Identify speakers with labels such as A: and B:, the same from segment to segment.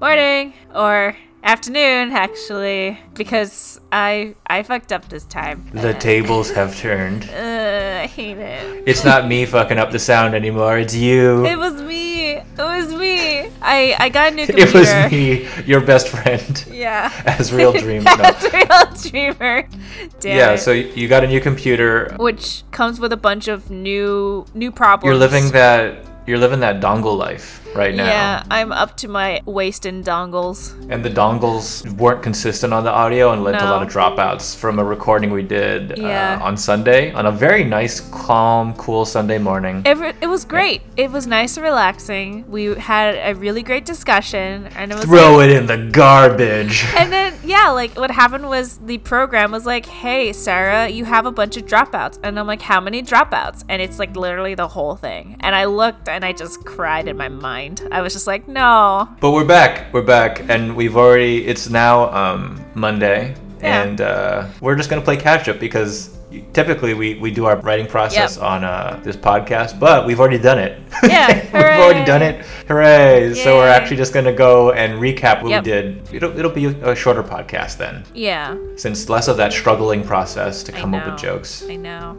A: morning or afternoon actually because I I fucked up this time.
B: The tables have turned.
A: Uh, I hate it.
B: It's not me fucking up the sound anymore. It's you.
A: It was me. It was me. I I got a new computer.
B: It was me, your best friend,
A: Yeah.
B: as real dream. No.
A: As real dreamer. Damn
B: Yeah.
A: it.
B: So you got a new computer.
A: which comes with a bunch of new new problems.
B: You're living that. You're living that dongle life right now.
A: Yeah, I'm up to my waist in dongles.
B: And the dongles weren't consistent on the audio and led to a
A: No.
B: lot of dropouts from a recording we did
A: Yeah.
B: uh, on Sunday on a very nice, calm, cool Sunday morning.
A: It, it was great. It was nice and relaxing. We had a really great discussion, and it was
B: Throw it in the garbage.
A: And then yeah, like what happened was the program was like, "Hey, Sarah, you have a bunch of dropouts." And I'm like, "How many dropouts?" And it's like literally the whole thing. And I looked and I just cried in my mind. I was just like, "No."
B: But we're back. We're back, and we've already. It's now um, Monday,
A: Yeah.
B: and uh, we're just gonna play catch up because typically we, we do our writing process
A: Yep.
B: on uh, this podcast, but we've already done it.
A: Yeah,
B: we've already done it. Hooray! So we're
A: Yay.
B: actually just gonna go and recap what
A: Yep.
B: we did. It'll it'll be a shorter podcast then,
A: Yeah.
B: since less of that struggling process to
A: I
B: come up with
A: know.
B: jokes.
A: I know.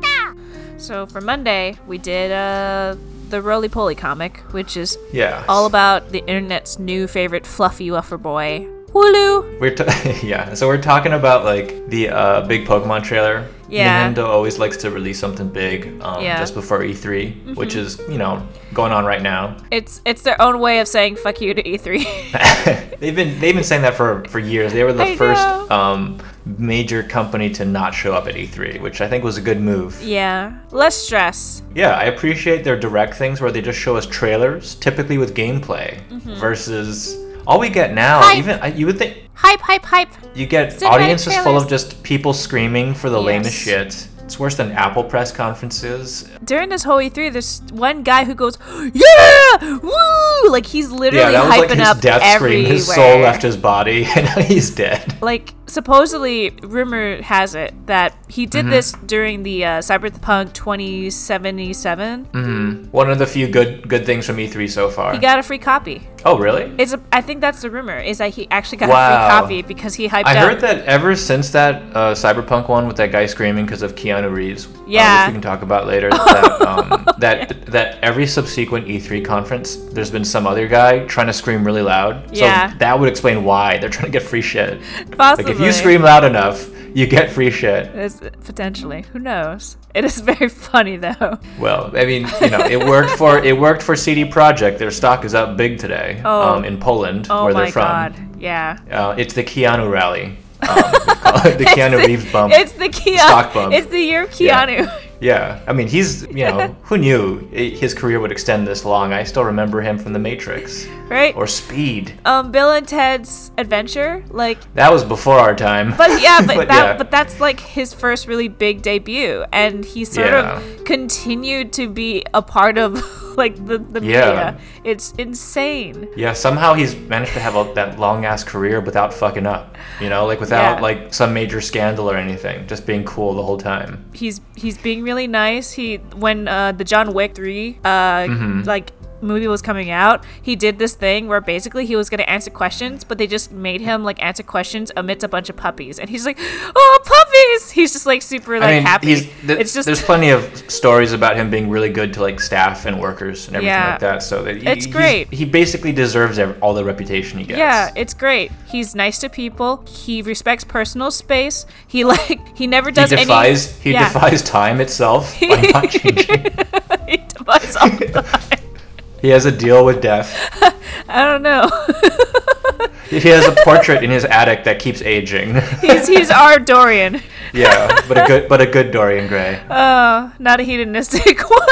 A: Basta. So for Monday, we did uh the roly poly comic, which is
B: Yeah.
A: all about the internet's new favorite fluffy wuffer boy, Wooloo.
B: We're t- yeah, so we're talking about like the uh, big Pokemon trailer.
A: Yeah.
B: Nintendo always likes to release something big um,
A: Yeah. Mm-hmm.
B: just before E3, which is you know going on right now.
A: It's it's their own way of saying fuck you to E E3.
B: they've been they've been saying that for for years. They were the
A: I
B: first
A: know.
B: um, major company to not show up at E3, which I think was a good move.
A: yeah. Less stress.
B: Yeah, I appreciate their direct things where they just show us trailers, typically with gameplay,
A: Mm-hmm.
B: versus all we get now.
A: Hype.
B: Even I- you would think
A: Hype, hype, hype.
B: You get
A: Cinematic
B: audiences full of
A: trailers.
B: just people screaming for the
A: Yes.
B: lamest shit. It's worse than Apple press conferences.
A: During this whole E3, there's one guy who goes, yeah, woo! Like he's literally hyping up everywhere.
B: His soul left his body, and now he's dead.
A: like supposedly rumor has it that he
B: Mm-hmm.
A: did this during the uh, cyberpunk 2077
B: One of the few good good things from E3 so far.
A: he got a free copy
B: oh, really?
A: it's a, i think that's the rumor is that he actually got
B: Wow.
A: a free copy because he hyped
B: I
A: up
B: heard that ever since that uh, Cyberpunk one with that guy screaming because of Keanu Reeves, uh,
A: Yeah.
B: which we can talk about later, that, um, that that every subsequent E3 conference, there's been some other guy trying to scream really loud.
A: Yeah.
B: So that would explain why they're trying to get free shit.
A: possibly
B: Like if you scream loud enough, you get free shit.
A: It's- potentially who knows it is very funny though
B: Well, I mean, you know, it worked for it worked for CD Projekt. Their stock is up big today
A: Oh.
B: um, in Poland,
A: oh
B: where
A: my
B: they're from.
A: god yeah
B: Uh, it's the Keanu rally, um, we call it the Keanu Reeves bump.
A: it's the
B: Stock bump.
A: keanu it's the year of
B: Yeah.
A: keanu
B: Yeah, I mean, he's you know, who knew i- his career would extend this long? I still remember him from The Matrix
A: right
B: or Speed.
A: um bill and ted's adventure like
B: That was before our time.
A: But yeah, but, that
B: yeah.
A: but that's like his first really big debut, and he sort
B: Yeah.
A: of continued to be a part of like the, the
B: Yeah.
A: media. It's insane.
B: Yeah, somehow he's managed to have a, that long ass career without fucking up. You know, like without
A: Yeah.
B: like some major scandal or anything, just being cool the whole time.
A: He's he's being really nice. He when uh, the John Wick three uh,
B: Mm-hmm.
A: like movie was coming out, he did this thing where basically he was gonna answer questions, but they just made him like answer questions amidst a bunch of puppies, and he's like, oh puppies! He's just like super like
B: I mean,
A: happy.
B: he's th-
A: it's just
B: there's plenty of stories about him being really good to like staff and workers and everything
A: Yeah.
B: like that. So that he-
A: It's
B: he's-
A: great.
B: He basically deserves ev- all the reputation he gets.
A: Yeah, it's great. He's nice to people. He respects personal space. He like he never
B: he
A: does
B: defies
A: any.
B: he
A: yeah.
B: defies time itself by not changing.
A: he defies all the time.
B: he has a deal with death.
A: I don't know.
B: He has a portrait in his attic that keeps aging.
A: he's he's our Dorian,
B: yeah, but a good but a good Dorian Gray.
A: Uh, not a hedonistic one.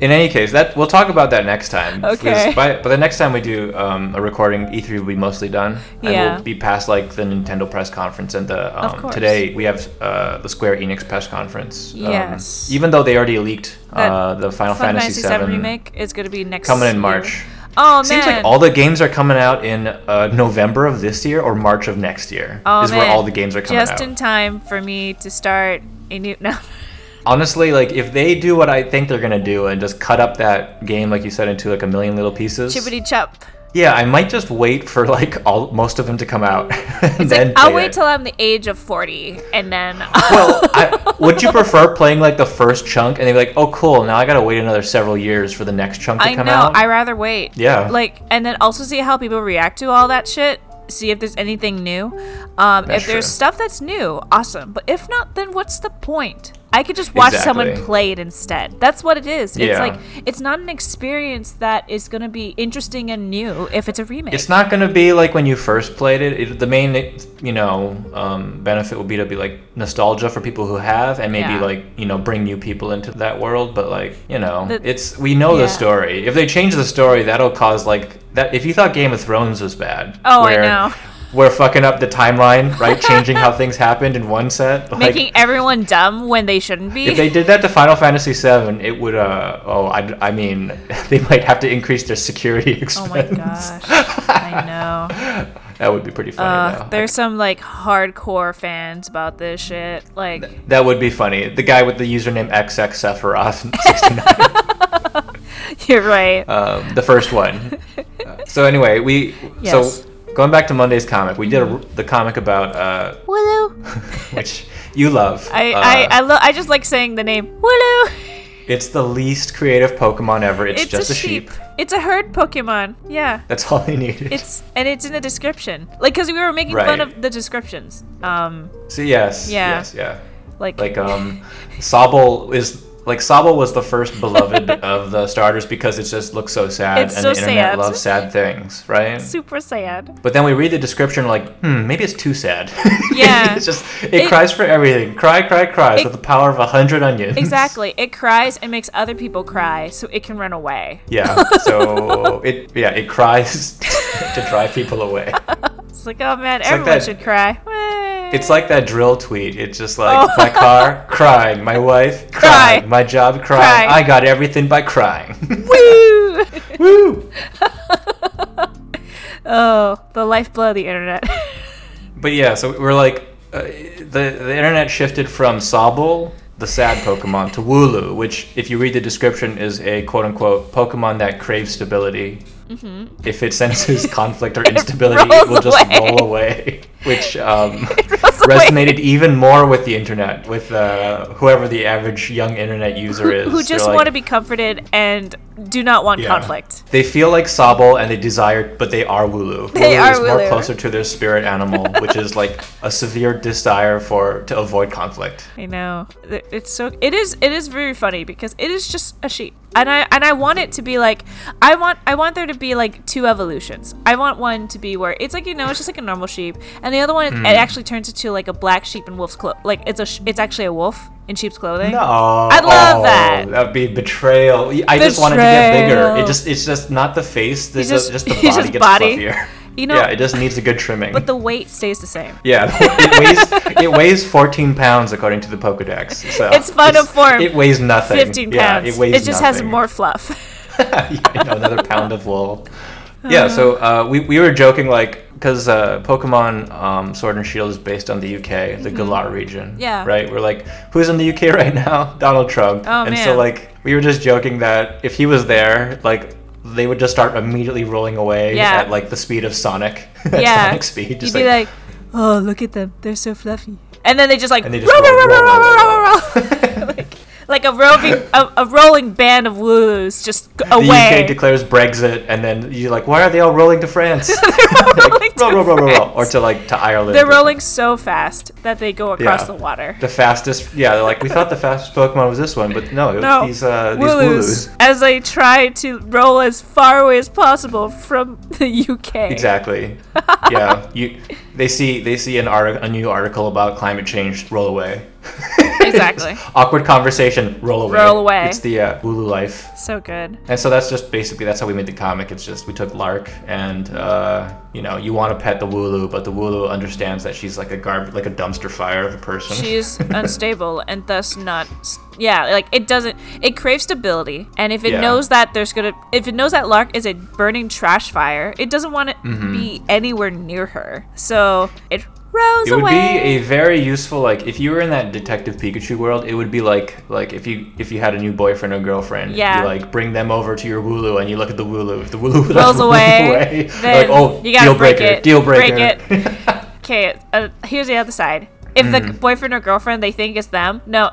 B: In any case, that we'll talk about that next time.
A: Okay.
B: Because By, by the next time we do um, a recording, E3 will be mostly done, and
A: Yeah.
B: we'll be past like the Nintendo press conference and the. Um,
A: course.
B: today we have uh, the Square Enix press conference. Um,
A: Yes.
B: even though they already leaked uh,
A: That
B: the Final,
A: Final
B: Fantasy,
A: VII
B: VII
A: remake is gonna be next
B: coming in
A: year.
B: March.
A: Oh man,
B: Seems like all the games are coming out in uh, November of this year or March of next year.
A: Oh,
B: is where
A: man.
B: all the games are coming
A: just
B: out.
A: in time for me to start a new. No,
B: Honestly, like if they do what I think they're gonna do and just cut up that game, like you said, into like a million little pieces.
A: chibbity chop.
B: Yeah, I might just wait for like all most of them to come out. and
A: It's like, I'll
B: play
A: wait
B: it.
A: till I'm the age of 40 and then
B: well, I, would you prefer playing like the first chunk and they'd be like, "Oh, cool! Now I gotta wait another several years for the next chunk to
A: I
B: come
A: know.
B: out."
A: I rather wait.
B: Yeah.
A: Like, and then also see how people react to all that shit. See if there's anything new. Um,
B: That's
A: if there's
B: true.
A: stuff that's new, awesome. But if not, then what's the point? I could just watch someone
B: Exactly.
A: play it instead. That's what it is. It's
B: Yeah.
A: like it's not an experience that is going to be interesting and new if it's a remake.
B: it's not gonna be like when you first played it. it the main, you know, um, benefit would be to be like nostalgia for people who have, and maybe
A: Yeah.
B: like you know bring new people into that world. But like you know,
A: The-
B: it's we know
A: yeah.
B: the story. If they change the story, that'll cause like that. If you thought Game of Thrones was bad,
A: Oh, I know.
B: We're fucking up the timeline, right? Changing how things happened in one set, like,
A: Making everyone dumb when they shouldn't be.
B: If they did that to Final Fantasy VII, it would. Uh, oh, I, I mean, they might have to increase their security
A: oh
B: expense.
A: my gosh. I know.
B: That would be pretty funny.
A: Ugh,
B: though.
A: Uh, there's some like hardcore fans about this shit. Like
B: That would be funny. The guy with the username XX Sephiroth, 69,
A: you're right.
B: um, the first one. Uh, So anyway, we.
A: Yes.
B: So going back to Monday's comic, we did a, the comic about uh,
A: Willow.
B: which you love.
A: I,
B: Uh,
A: I, I, lo- I just like saying the name Wooloo.
B: It's the least creative Pokemon ever. It's,
A: It's
B: just
A: a
B: a
A: sheep. It's a herd Pokemon. Yeah.
B: That's all they needed.
A: It's and it's in the description. Like cuz we were making fun
B: Right.
A: of the descriptions. Um
B: so yes.
A: Yeah.
B: Yes. Yeah.
A: like,
B: like um Sobble is like Sobble was the first beloved of the starters because it just looks so sad
A: It's
B: and
A: so
B: the internet
A: sad.
B: loves sad things, right?
A: super sad.
B: But then we read the description like, hmm, maybe it's too sad.
A: Yeah.
B: it's just it,
A: It-
B: cries for everything. Cry, cry, cries
A: It-
B: with the power of a hundred onions.
A: Exactly. It cries and makes other people cry so it can run away.
B: Yeah. So it yeah, it cries to drive people away.
A: It's like, oh man,
B: like
A: everyone
B: that-
A: should cry.
B: It's like that drill tweet. It's just like my car crying, my wife
A: Oh. Cry.
B: crying, my job
A: Cry.
B: crying. I got everything by crying.
A: Woo!
B: Woo!
A: oh, the lifeblood of the internet.
B: But yeah, so we're like, uh, the the internet shifted from Sobble, the sad Pokemon, to Wooloo, which, if you read the description, is a quote unquote Pokemon that craves stability. If it senses conflict or instability, it,
A: Mm-hmm. rolls
B: will just
A: away.
B: roll away, which um,
A: rolls away.
B: resonated even more with the internet, with uh, whoever the average young internet user is.
A: Who
B: They're
A: just
B: like-
A: want to be comforted and do not want
B: Yeah.
A: conflict.
B: They feel like Sobble and they desire, but they are Wooloo.
A: They
B: Wooloo
A: are
B: is more
A: Wooloo.
B: closer to their spirit animal, which is like a severe desire for to avoid conflict.
A: I know. It- It's so it is it is very funny because it is just a sheep. And I and I want it to be like I want I want there to be like two evolutions. I want one to be where it's like you know it's just like a normal sheep and the other one
B: Hmm.
A: it actually turns into like a black sheep in wolf's clothes. Like it's a sh- it's actually a wolf in sheep's clothing.
B: No,
A: I love that.
B: Oh, That'd be betrayal. I just want it to get bigger.
A: Betrayal.
B: It just it's just not the face. It's
A: just-
B: just, just the
A: it's
B: body
A: just
B: gets
A: body.
B: fluffier.
A: You know
B: yeah, it just needs a good trimming.
A: but the weight stays the same.
B: yeah, it weighs it weighs 14 pounds according to the Pokedex. So
A: It's final form.
B: It weighs nothing.
A: 15
B: Yeah,
A: pounds.
B: it weighs.
A: just has
B: nothing.
A: more fluff.
B: you know, another pound of wool.
A: Uh-huh.
B: Yeah, so uh, we, we were joking, like, because uh, Pokemon um, Sword and Shield is based on the UK, the Galar region.
A: Mm-hmm. Yeah.
B: Right? We're like, who's in the UK right now? Donald Trump.
A: Oh,
B: and so,
A: man.
B: like, we were just joking that if he was there, like, they would just start immediately rolling away
A: Yeah.
B: at, like, the speed of Sonic. at
A: yeah.
B: Sonic speed.
A: You'd
B: Just
A: be like, oh look at them, they're so fluffy. And then they just like
B: And they just
A: roll,
B: roll,
A: roll,
B: roll,
A: roll,
B: roll,
A: roll,
B: roll,
A: roll, roll. like like a roving a, a rolling band of woos just g-
B: the
A: away.
B: UK declares Brexit, and then you're like, why are they all rolling to France?
A: They're rolling
B: roll,
A: to
B: roll, roll, roll, roll.
A: France.
B: Or to, like, to Ireland.
A: They're
B: or something.
A: rolling so fast that they go across
B: Yeah.
A: the water.
B: the fastest. Yeah, they're like we thought the fastest Pokemon was this one, but no, it was
A: No,
B: these uh, these
A: Wooloos,
B: Wooloos.
A: as they try to roll as far away as possible from the UK.
B: Exactly. yeah, you. They see they see an artic- a new article about climate change. Roll away.
A: Exactly.
B: Awkward conversation. Roll away.
A: Roll away.
B: It's the uh, Wooloo life,
A: So good.
B: and so that's just basically that's how we made the comic. It's just we took Lark, and uh, you know you want to pet the Wooloo, but the Wooloo understands that she's like a garb like a dumpster fire of a person.
A: She is unstable and thus not. s- Yeah, like it doesn't. It craves stability, and if it
B: Yeah.
A: knows that there's gonna, if it knows that Lark is a
B: Mm-hmm.
A: burning trash fire, it doesn't want to be anywhere near her. So it Rose
B: It would be
A: away.
B: a very useful like if you were in that Detective Pikachu world, it would be like like if you if you had a new boyfriend or girlfriend,
A: Yeah.
B: you like bring them over to your Wooloo and you look at the Wooloo. If the Wooloo rolls,
A: away,
B: you're like
A: then
B: oh
A: you gotta
B: deal
A: break
B: breaker,
A: it,
B: deal
A: break
B: breaker.
A: Okay, uh, here's the other side. If the
B: Mm.
A: boyfriend or girlfriend they think it's them, no,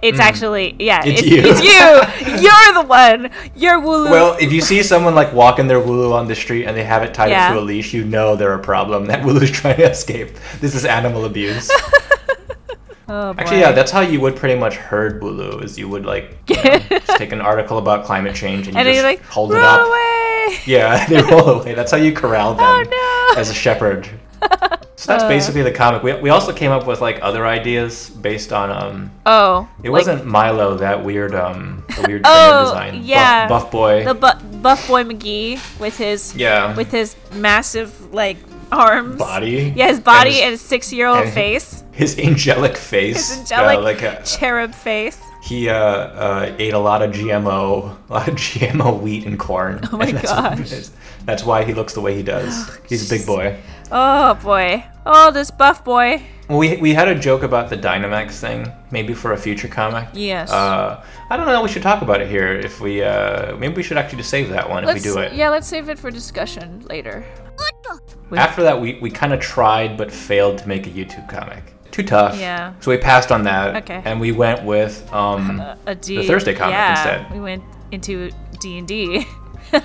A: it's actually yeah,
B: It's
A: it's,
B: you.
A: it's you. You're the one. You're Wooloo.
B: well, if you see someone like walking their Wooloo on the street and they have it tied
A: Yeah.
B: up to a leash, you know they're a problem. That Wooloo's trying to escape. This is animal abuse.
A: oh, boy.
B: Actually, yeah, that's how you would pretty much herd Wooloo is you would like you know, just take an article about climate change and,
A: and
B: you
A: he's
B: just
A: like,
B: hold
A: roll
B: it up.
A: away.
B: Yeah, they roll away. That's how you corral them
A: Oh no.
B: as a shepherd. So that's
A: Uh.
B: basically the comic. We, we also came up with like other ideas based on um.
A: Oh,
B: It
A: like
B: wasn't Milo that weird um the weird
A: Oh,
B: trainer design. Buff-
A: yeah.
B: buff, boy.
A: the bu- buff boy McGee with his
B: yeah,
A: with his massive like arms,
B: body.
A: Yeah, his
B: And
A: body
B: his-
A: and his six year old
B: and-
A: face,
B: his angelic face.
A: his
B: yeah,
A: angelic
B: like uh,
A: cherub face.
B: he uh, uh, ate a lot of GMO, a lot of GMO wheat and corn.
A: Oh my
B: and that's what it
A: gosh.
B: is. That's why he looks the way he does. He's a big boy.
A: Oh boy. Oh, this buff boy.
B: Well, we we had a joke about the Dynamax thing, maybe for a future comic.
A: Yes.
B: Uh, I don't know. We should talk about it here. If we, uh, maybe we should actually just save that one
A: Let's,
B: if we do it.
A: Yeah, let's save it for discussion later.
B: After that, we, we kind of tried but failed to make a YouTube comic. Too tough.
A: Yeah.
B: So we passed on that.
A: Okay.
B: And we went with um.
A: Uh, a D.
B: Thursday comic
A: yeah,
B: instead.
A: We went into D and D.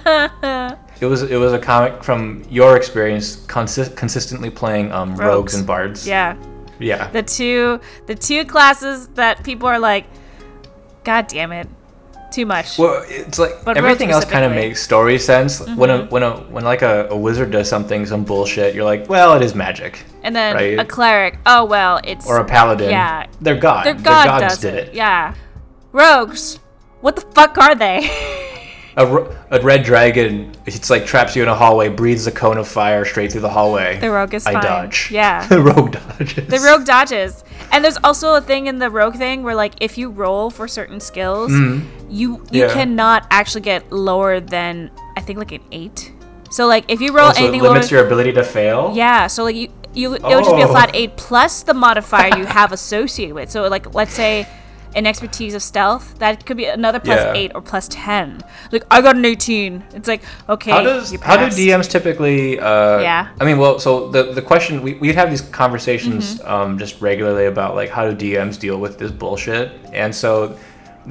B: It was it was a comic from your experience, consi- consistently playing um, rogues.
A: Rogues.
B: and bards.
A: Yeah,
B: Yeah.
A: the two the two classes that people are like, God damn it, too much.
B: Well, it's like
A: But rogue
B: everything else kind of
A: specifically. Mm-hmm.
B: makes story sense. When a when a when like a, a wizard does something, some bullshit, you're like, well, it is magic.
A: and then
B: right.
A: a cleric. Oh well, it's
B: Or a paladin.
A: Yeah.
B: They're god.
A: their god
B: gods
A: does
B: did
A: it.
B: it.
A: Yeah, rogues. What the fuck are they?
B: A, r- a red dragon, it's like traps you in a hallway, breathes a cone of fire straight through the hallway.
A: The rogue is
B: I
A: fine.
B: dodge.
A: Yeah.
B: the rogue dodges.
A: The rogue dodges. And there's also a thing in the rogue thing where like if you roll for certain skills, you you
B: Mm-hmm. Yeah.
A: cannot actually get lower than I think like an 8. So like if you roll
B: also
A: anything lower
B: limits your ability to fail.
A: Yeah, so like you you it would just be a
B: Oh.
A: flat 8 plus the modifier you have associated with. So like let's say an expertise of stealth, that could be another plus
B: Yeah.
A: 8 or plus 10. Like I got an 18. It's like okay,
B: How does
A: you
B: how do
A: passed.
B: DMs typically? Uh,
A: Yeah.
B: I mean, well, so the the question we we'd have these conversations
A: Mm-hmm.
B: um, just regularly about like how do DMs deal with this bullshit, and so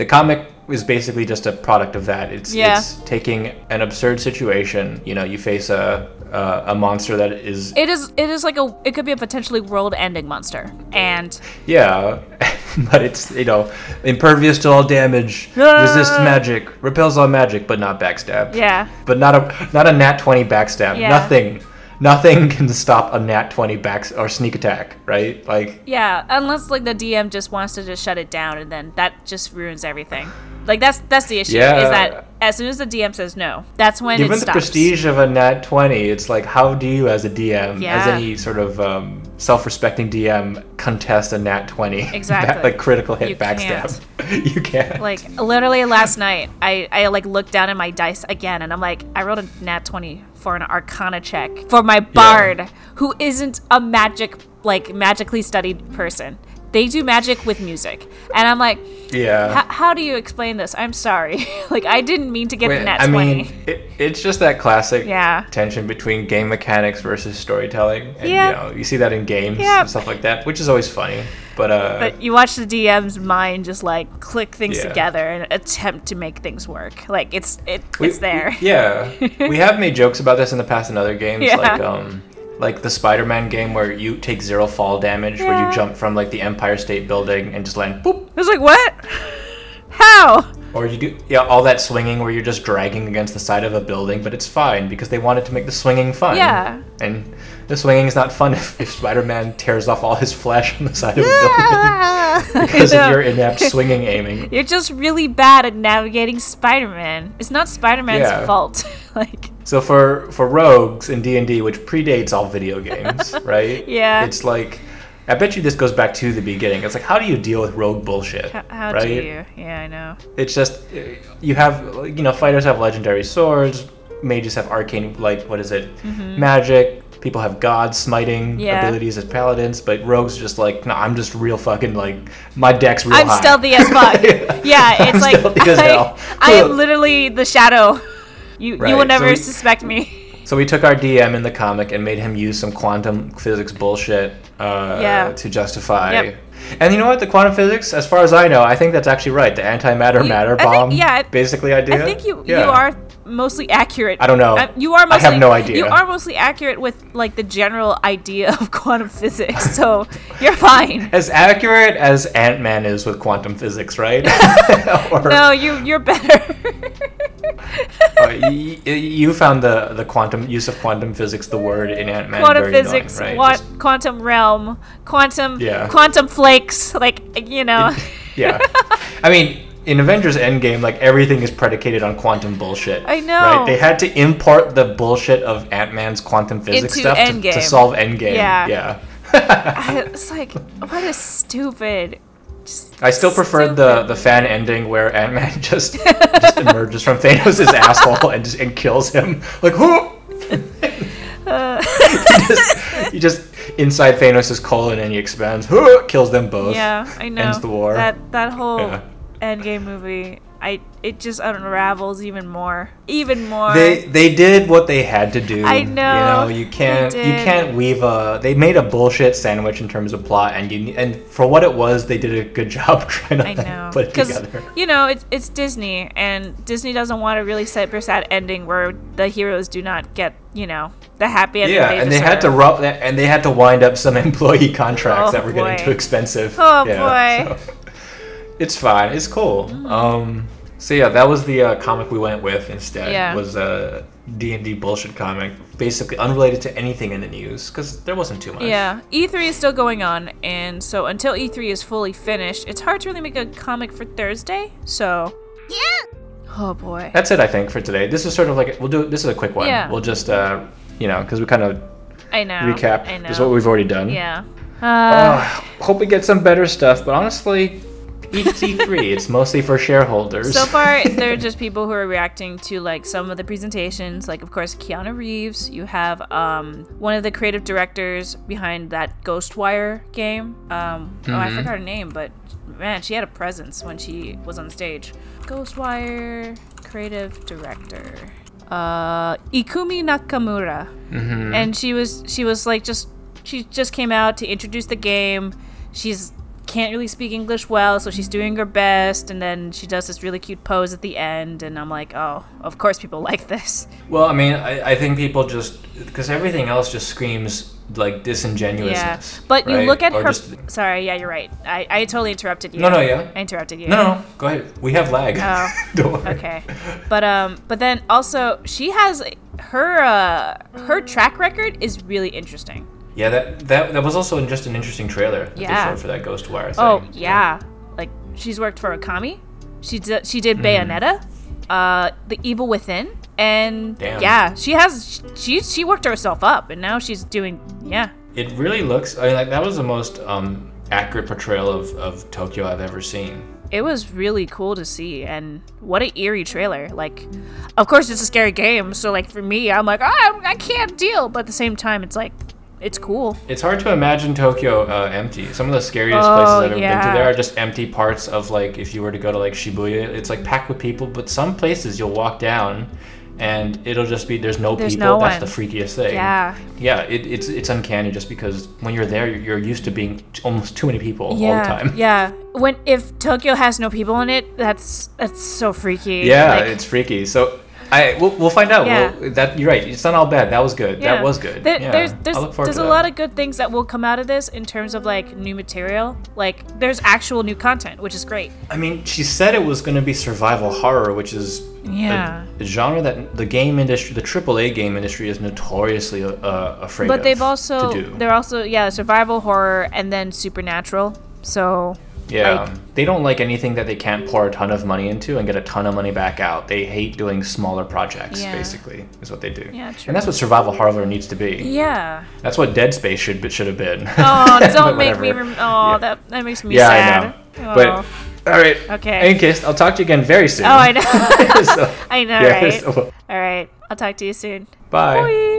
B: the comic is basically just a product of that. It's
A: Yeah.
B: it's taking an absurd situation. You know, you face a a, a monster that is
A: It is it is like a it could be a potentially world-ending monster. And
B: yeah, but it's you know impervious to all damage,
A: Yeah.
B: resists magic, repels all magic, but not backstab.
A: yeah.
B: But not a not a nat twenty backstab.
A: Yeah.
B: Nothing, nothing can stop a nat twenty back or sneak attack. Right? Like
A: Yeah, unless like the DM just wants to just shut it down, and then that just ruins everything. Like that's that's the issue.
B: Yeah.
A: Is that as soon as the DM says no, that's when it
B: given the
A: stops.
B: prestige of a nat twenty, it's like how do you as a DM, as
A: Yeah.
B: any sort of um, self-respecting DM, contest a nat twenty?
A: Exactly.
B: like critical hit
A: You
B: backstab. you can't.
A: Like literally last night, I I like looked down at my dice again, and I'm like, I rolled a nat twenty for an Arcana check for my bard, who isn't a magic like magically studied person. They do magic with music, and I'm like,
B: yeah.
A: "H- how do you explain this? I'm sorry, like I didn't mean to get
B: Wait,
A: the nat
B: I
A: twenty.
B: mean, it, it's just that classic
A: Yeah.
B: tension between game mechanics versus storytelling. And,
A: Yeah.
B: You know, you see that in games
A: Yep.
B: and stuff like that, which is always funny. But, uh,
A: But you watch the DM's mind just like click things
B: Yeah.
A: together and attempt to make things work. Like it's it
B: we-
A: it's there.
B: we- yeah, we have made jokes about this in the past in other games,
A: Yeah.
B: like um, like the Spider-Man game where you take zero fall damage, where
A: Yeah.
B: you jump from like the Empire State Building and just land boop,
A: I was like, what? How?
B: or you do yeah all that swinging where you're just dragging against the side of a building, but it's fine because they wanted to make the swinging fun.
A: Yeah.
B: and the swinging is not fun if, if Spider-Man tears off all his flesh on the side of a building.
A: because
B: because of your inept swinging aiming.
A: You're just really bad at navigating Spider-Man. It's not Spider-Man's
B: Yeah.
A: fault. like
B: So for for rogues in D and D, which predates all video games, right?
A: Yeah.
B: It's like, I bet you this goes back to the beginning. It's like, how do you deal with rogue bullshit?
A: h- how
B: right?
A: do you? Yeah, I know.
B: It's just uh, you have you know fighters have legendary swords. mages have arcane like what is it, magic. People have god smiting
A: Mm-hmm. Yeah.
B: abilities as paladins, but rogues just like no, I'm just real fucking like my deck's real
A: I'm
B: high.
A: stealthy as fuck.
B: Yeah.
A: yeah. it's
B: I'm
A: like
B: stealthy as
A: I,
B: hell.
A: I am literally the shadow. You you
B: Right,
A: will
B: so
A: never
B: we-
A: suspect me.
B: So we took our DM in the comic and made him use some quantum physics bullshit uh,
A: Yeah.
B: to justify.
A: Yep.
B: And you know what? The quantum physics, as far as I know, I think that's actually right. The antimatter
A: You-
B: matter
A: I think-
B: bomb,
A: yeah, I-
B: basically idea.
A: I think you
B: Yeah.
A: you are mostly accurate.
B: I don't know.
A: Uh, you are
B: I
A: mostly
B: have no idea.
A: You are mostly accurate with like the general idea of quantum physics. So you're fine.
B: as accurate as Ant Man is with quantum physics, right? or,
A: No, you you're better.
B: or y- y- you found the the quantum use of quantum physics, the word in Ant Man,
A: quantum physics,
B: annoying,
A: wa-
B: right? Just-
A: quantum realm, quantum
B: Yeah.
A: quantum flakes, like you know.
B: yeah. I mean, in Avengers Endgame, like everything is predicated on quantum bullshit.
A: I know.
B: Right? They had to import the bullshit of Ant Man's quantum physics
A: Into
B: stuff to, to
A: Endgame.
B: solve Endgame.
A: Yeah.
B: Yeah.
A: I- it's like what is stupid. Just
B: I still preferred the,
A: stupid.
B: the fan ending where Ant Man just just emerges from Thanos' asshole and just and kills him. Like who? he,
A: uh,
B: just, he just inside Thanos' colon and he expands. Who kills them both?
A: yeah, I know.
B: Ends the war.
A: That that whole
B: Yeah.
A: Endgame movie, I it just unravels even more, even more.
B: They they did what they had to do.
A: I know,
B: You know, you
A: they
B: can't you
A: did.
B: can't weave a. They made a bullshit sandwich in terms of plot, and you and for what it was, they did a good job trying to
A: I know,
B: put it
A: because
B: together.
A: you know it's it's Disney, and Disney doesn't want a really super sad ending where the heroes do not get you know the happy ending.
B: Yeah,
A: they
B: and they had to
A: deserve.
B: rub that, and they had to wind up some employee contracts
A: Oh,
B: that were getting
A: boy.
B: too expensive.
A: Oh,
B: Yeah,
A: boy.
B: so- it's fine. It's cool.
A: Mm.
B: Um, so yeah, that was the uh, comic we went with instead.
A: Yeah.
B: Was a D and D bullshit comic, basically unrelated to anything in the news because there wasn't too much.
A: Yeah, E3 is still going on, and so until E3 is fully finished, it's hard to really make a comic for Thursday. So, yeah. Oh boy.
B: That's it, I think, for today. This is sort of like we'll do. This is a quick one.
A: Yeah.
B: We'll just, uh, you know, because we kind of
A: I know.
B: recap.
A: I know.
B: Is what we've already done.
A: yeah. Uh,
B: Uh, hope we get some better stuff, but honestly, ET3, it's mostly for shareholders.
A: so far, there are just people who are reacting to like some of the presentations. Like, of course, Keanu Reeves. You have um, one of the creative directors behind that Ghostwire game. Um, Oh, I forgot her name, but man, she had a presence when she was on stage. Ghostwire creative director. Uh, Ikumi Nakamura, and she was she was like just she just came out to introduce the game. She's can't really speak English well, so she's doing her best, and then she does this really cute pose at the end, and I'm like, oh, of course people like this.
B: Well, I mean, I, I think people just because everything else just screams like
A: Yeah,
B: disingenuousness.
A: but you
B: right?
A: look at
B: Or
A: her.
B: just-
A: Sorry, yeah, you're right. I, I totally interrupted you.
B: No, no, yeah.
A: I interrupted you.
B: no, no, go ahead. We have lag.
A: Oh.
B: Don't worry.
A: Okay, but um, but then also she has her uh her track record is really interesting.
B: Yeah, that that that was also just an interesting trailer that
A: Yeah.
B: they showed for that Ghostwire thing.
A: Oh yeah, like she's worked for Okami. She did she did
B: Mm-hmm.
A: Bayonetta, uh, The Evil Within, and
B: Damn.
A: yeah, she has she she worked herself up, and now she's doing yeah.
B: It really looks. I mean, like that was the most um, accurate portrayal of, of Tokyo I've ever seen.
A: It was really cool to see, and what a eerie trailer! Like, of course it's a scary game, so like for me, I'm like ah, I can't deal, but at the same time, it's like it's cool.
B: It's hard to imagine Tokyo uh, empty. Some of the scariest
A: Oh,
B: places I've ever been
A: yeah.
B: to there are just empty parts of like if you were to go to like Shibuya, it's like packed with people. But some places you'll walk down, and it'll just be there's no
A: There's no
B: people. That's the
A: one.
B: freakiest thing.
A: Yeah.
B: Yeah. It, it's it's uncanny just because when you're there, you're, you're used to being t- almost too many people all the
A: Yeah,
B: time.
A: yeah. When if Tokyo has no people in it, that's that's so freaky.
B: Yeah,
A: Like,
B: it's freaky. So I we'll, we'll find out.
A: Yeah.
B: We'll, that you're right. It's not all bad. That was good.
A: Yeah.
B: That was good.
A: There-
B: yeah.
A: There's there's,
B: I look forward
A: there's
B: to
A: a
B: that.
A: lot of good things that will come out of this in terms of like new material. Like there's actual new content, which is great.
B: I mean, she said it was going to be survival horror, which is a-
A: Yeah.
B: a, genre that the game industry, the AAA game industry, is notoriously uh, afraid of.
A: But they've
B: to
A: also
B: do.
A: they're also yeah survival horror and then supernatural. So
B: yeah,
A: like-
B: they don't like anything that they can't pour a ton of money into and get a ton of money back out. They hate doing smaller projects,
A: Yeah.
B: basically, is what they do.
A: Yeah, true.
B: And that's what survival horror needs to be.
A: yeah.
B: That's what Dead Space should should have been.
A: Oh,
B: But
A: don't make me.
B: whatever.
A: Rem- oh,
B: Yeah.
A: that that makes me
B: Yeah,
A: sad.
B: I know.
A: Oh.
B: But All right.
A: Okay.
B: Inkist, I'll talk to you again very soon.
A: Oh, I know.
B: So-
A: I know,
B: yeah,
A: right?
B: so-
A: All right. I'll talk to you soon.
B: bye.
A: Bye.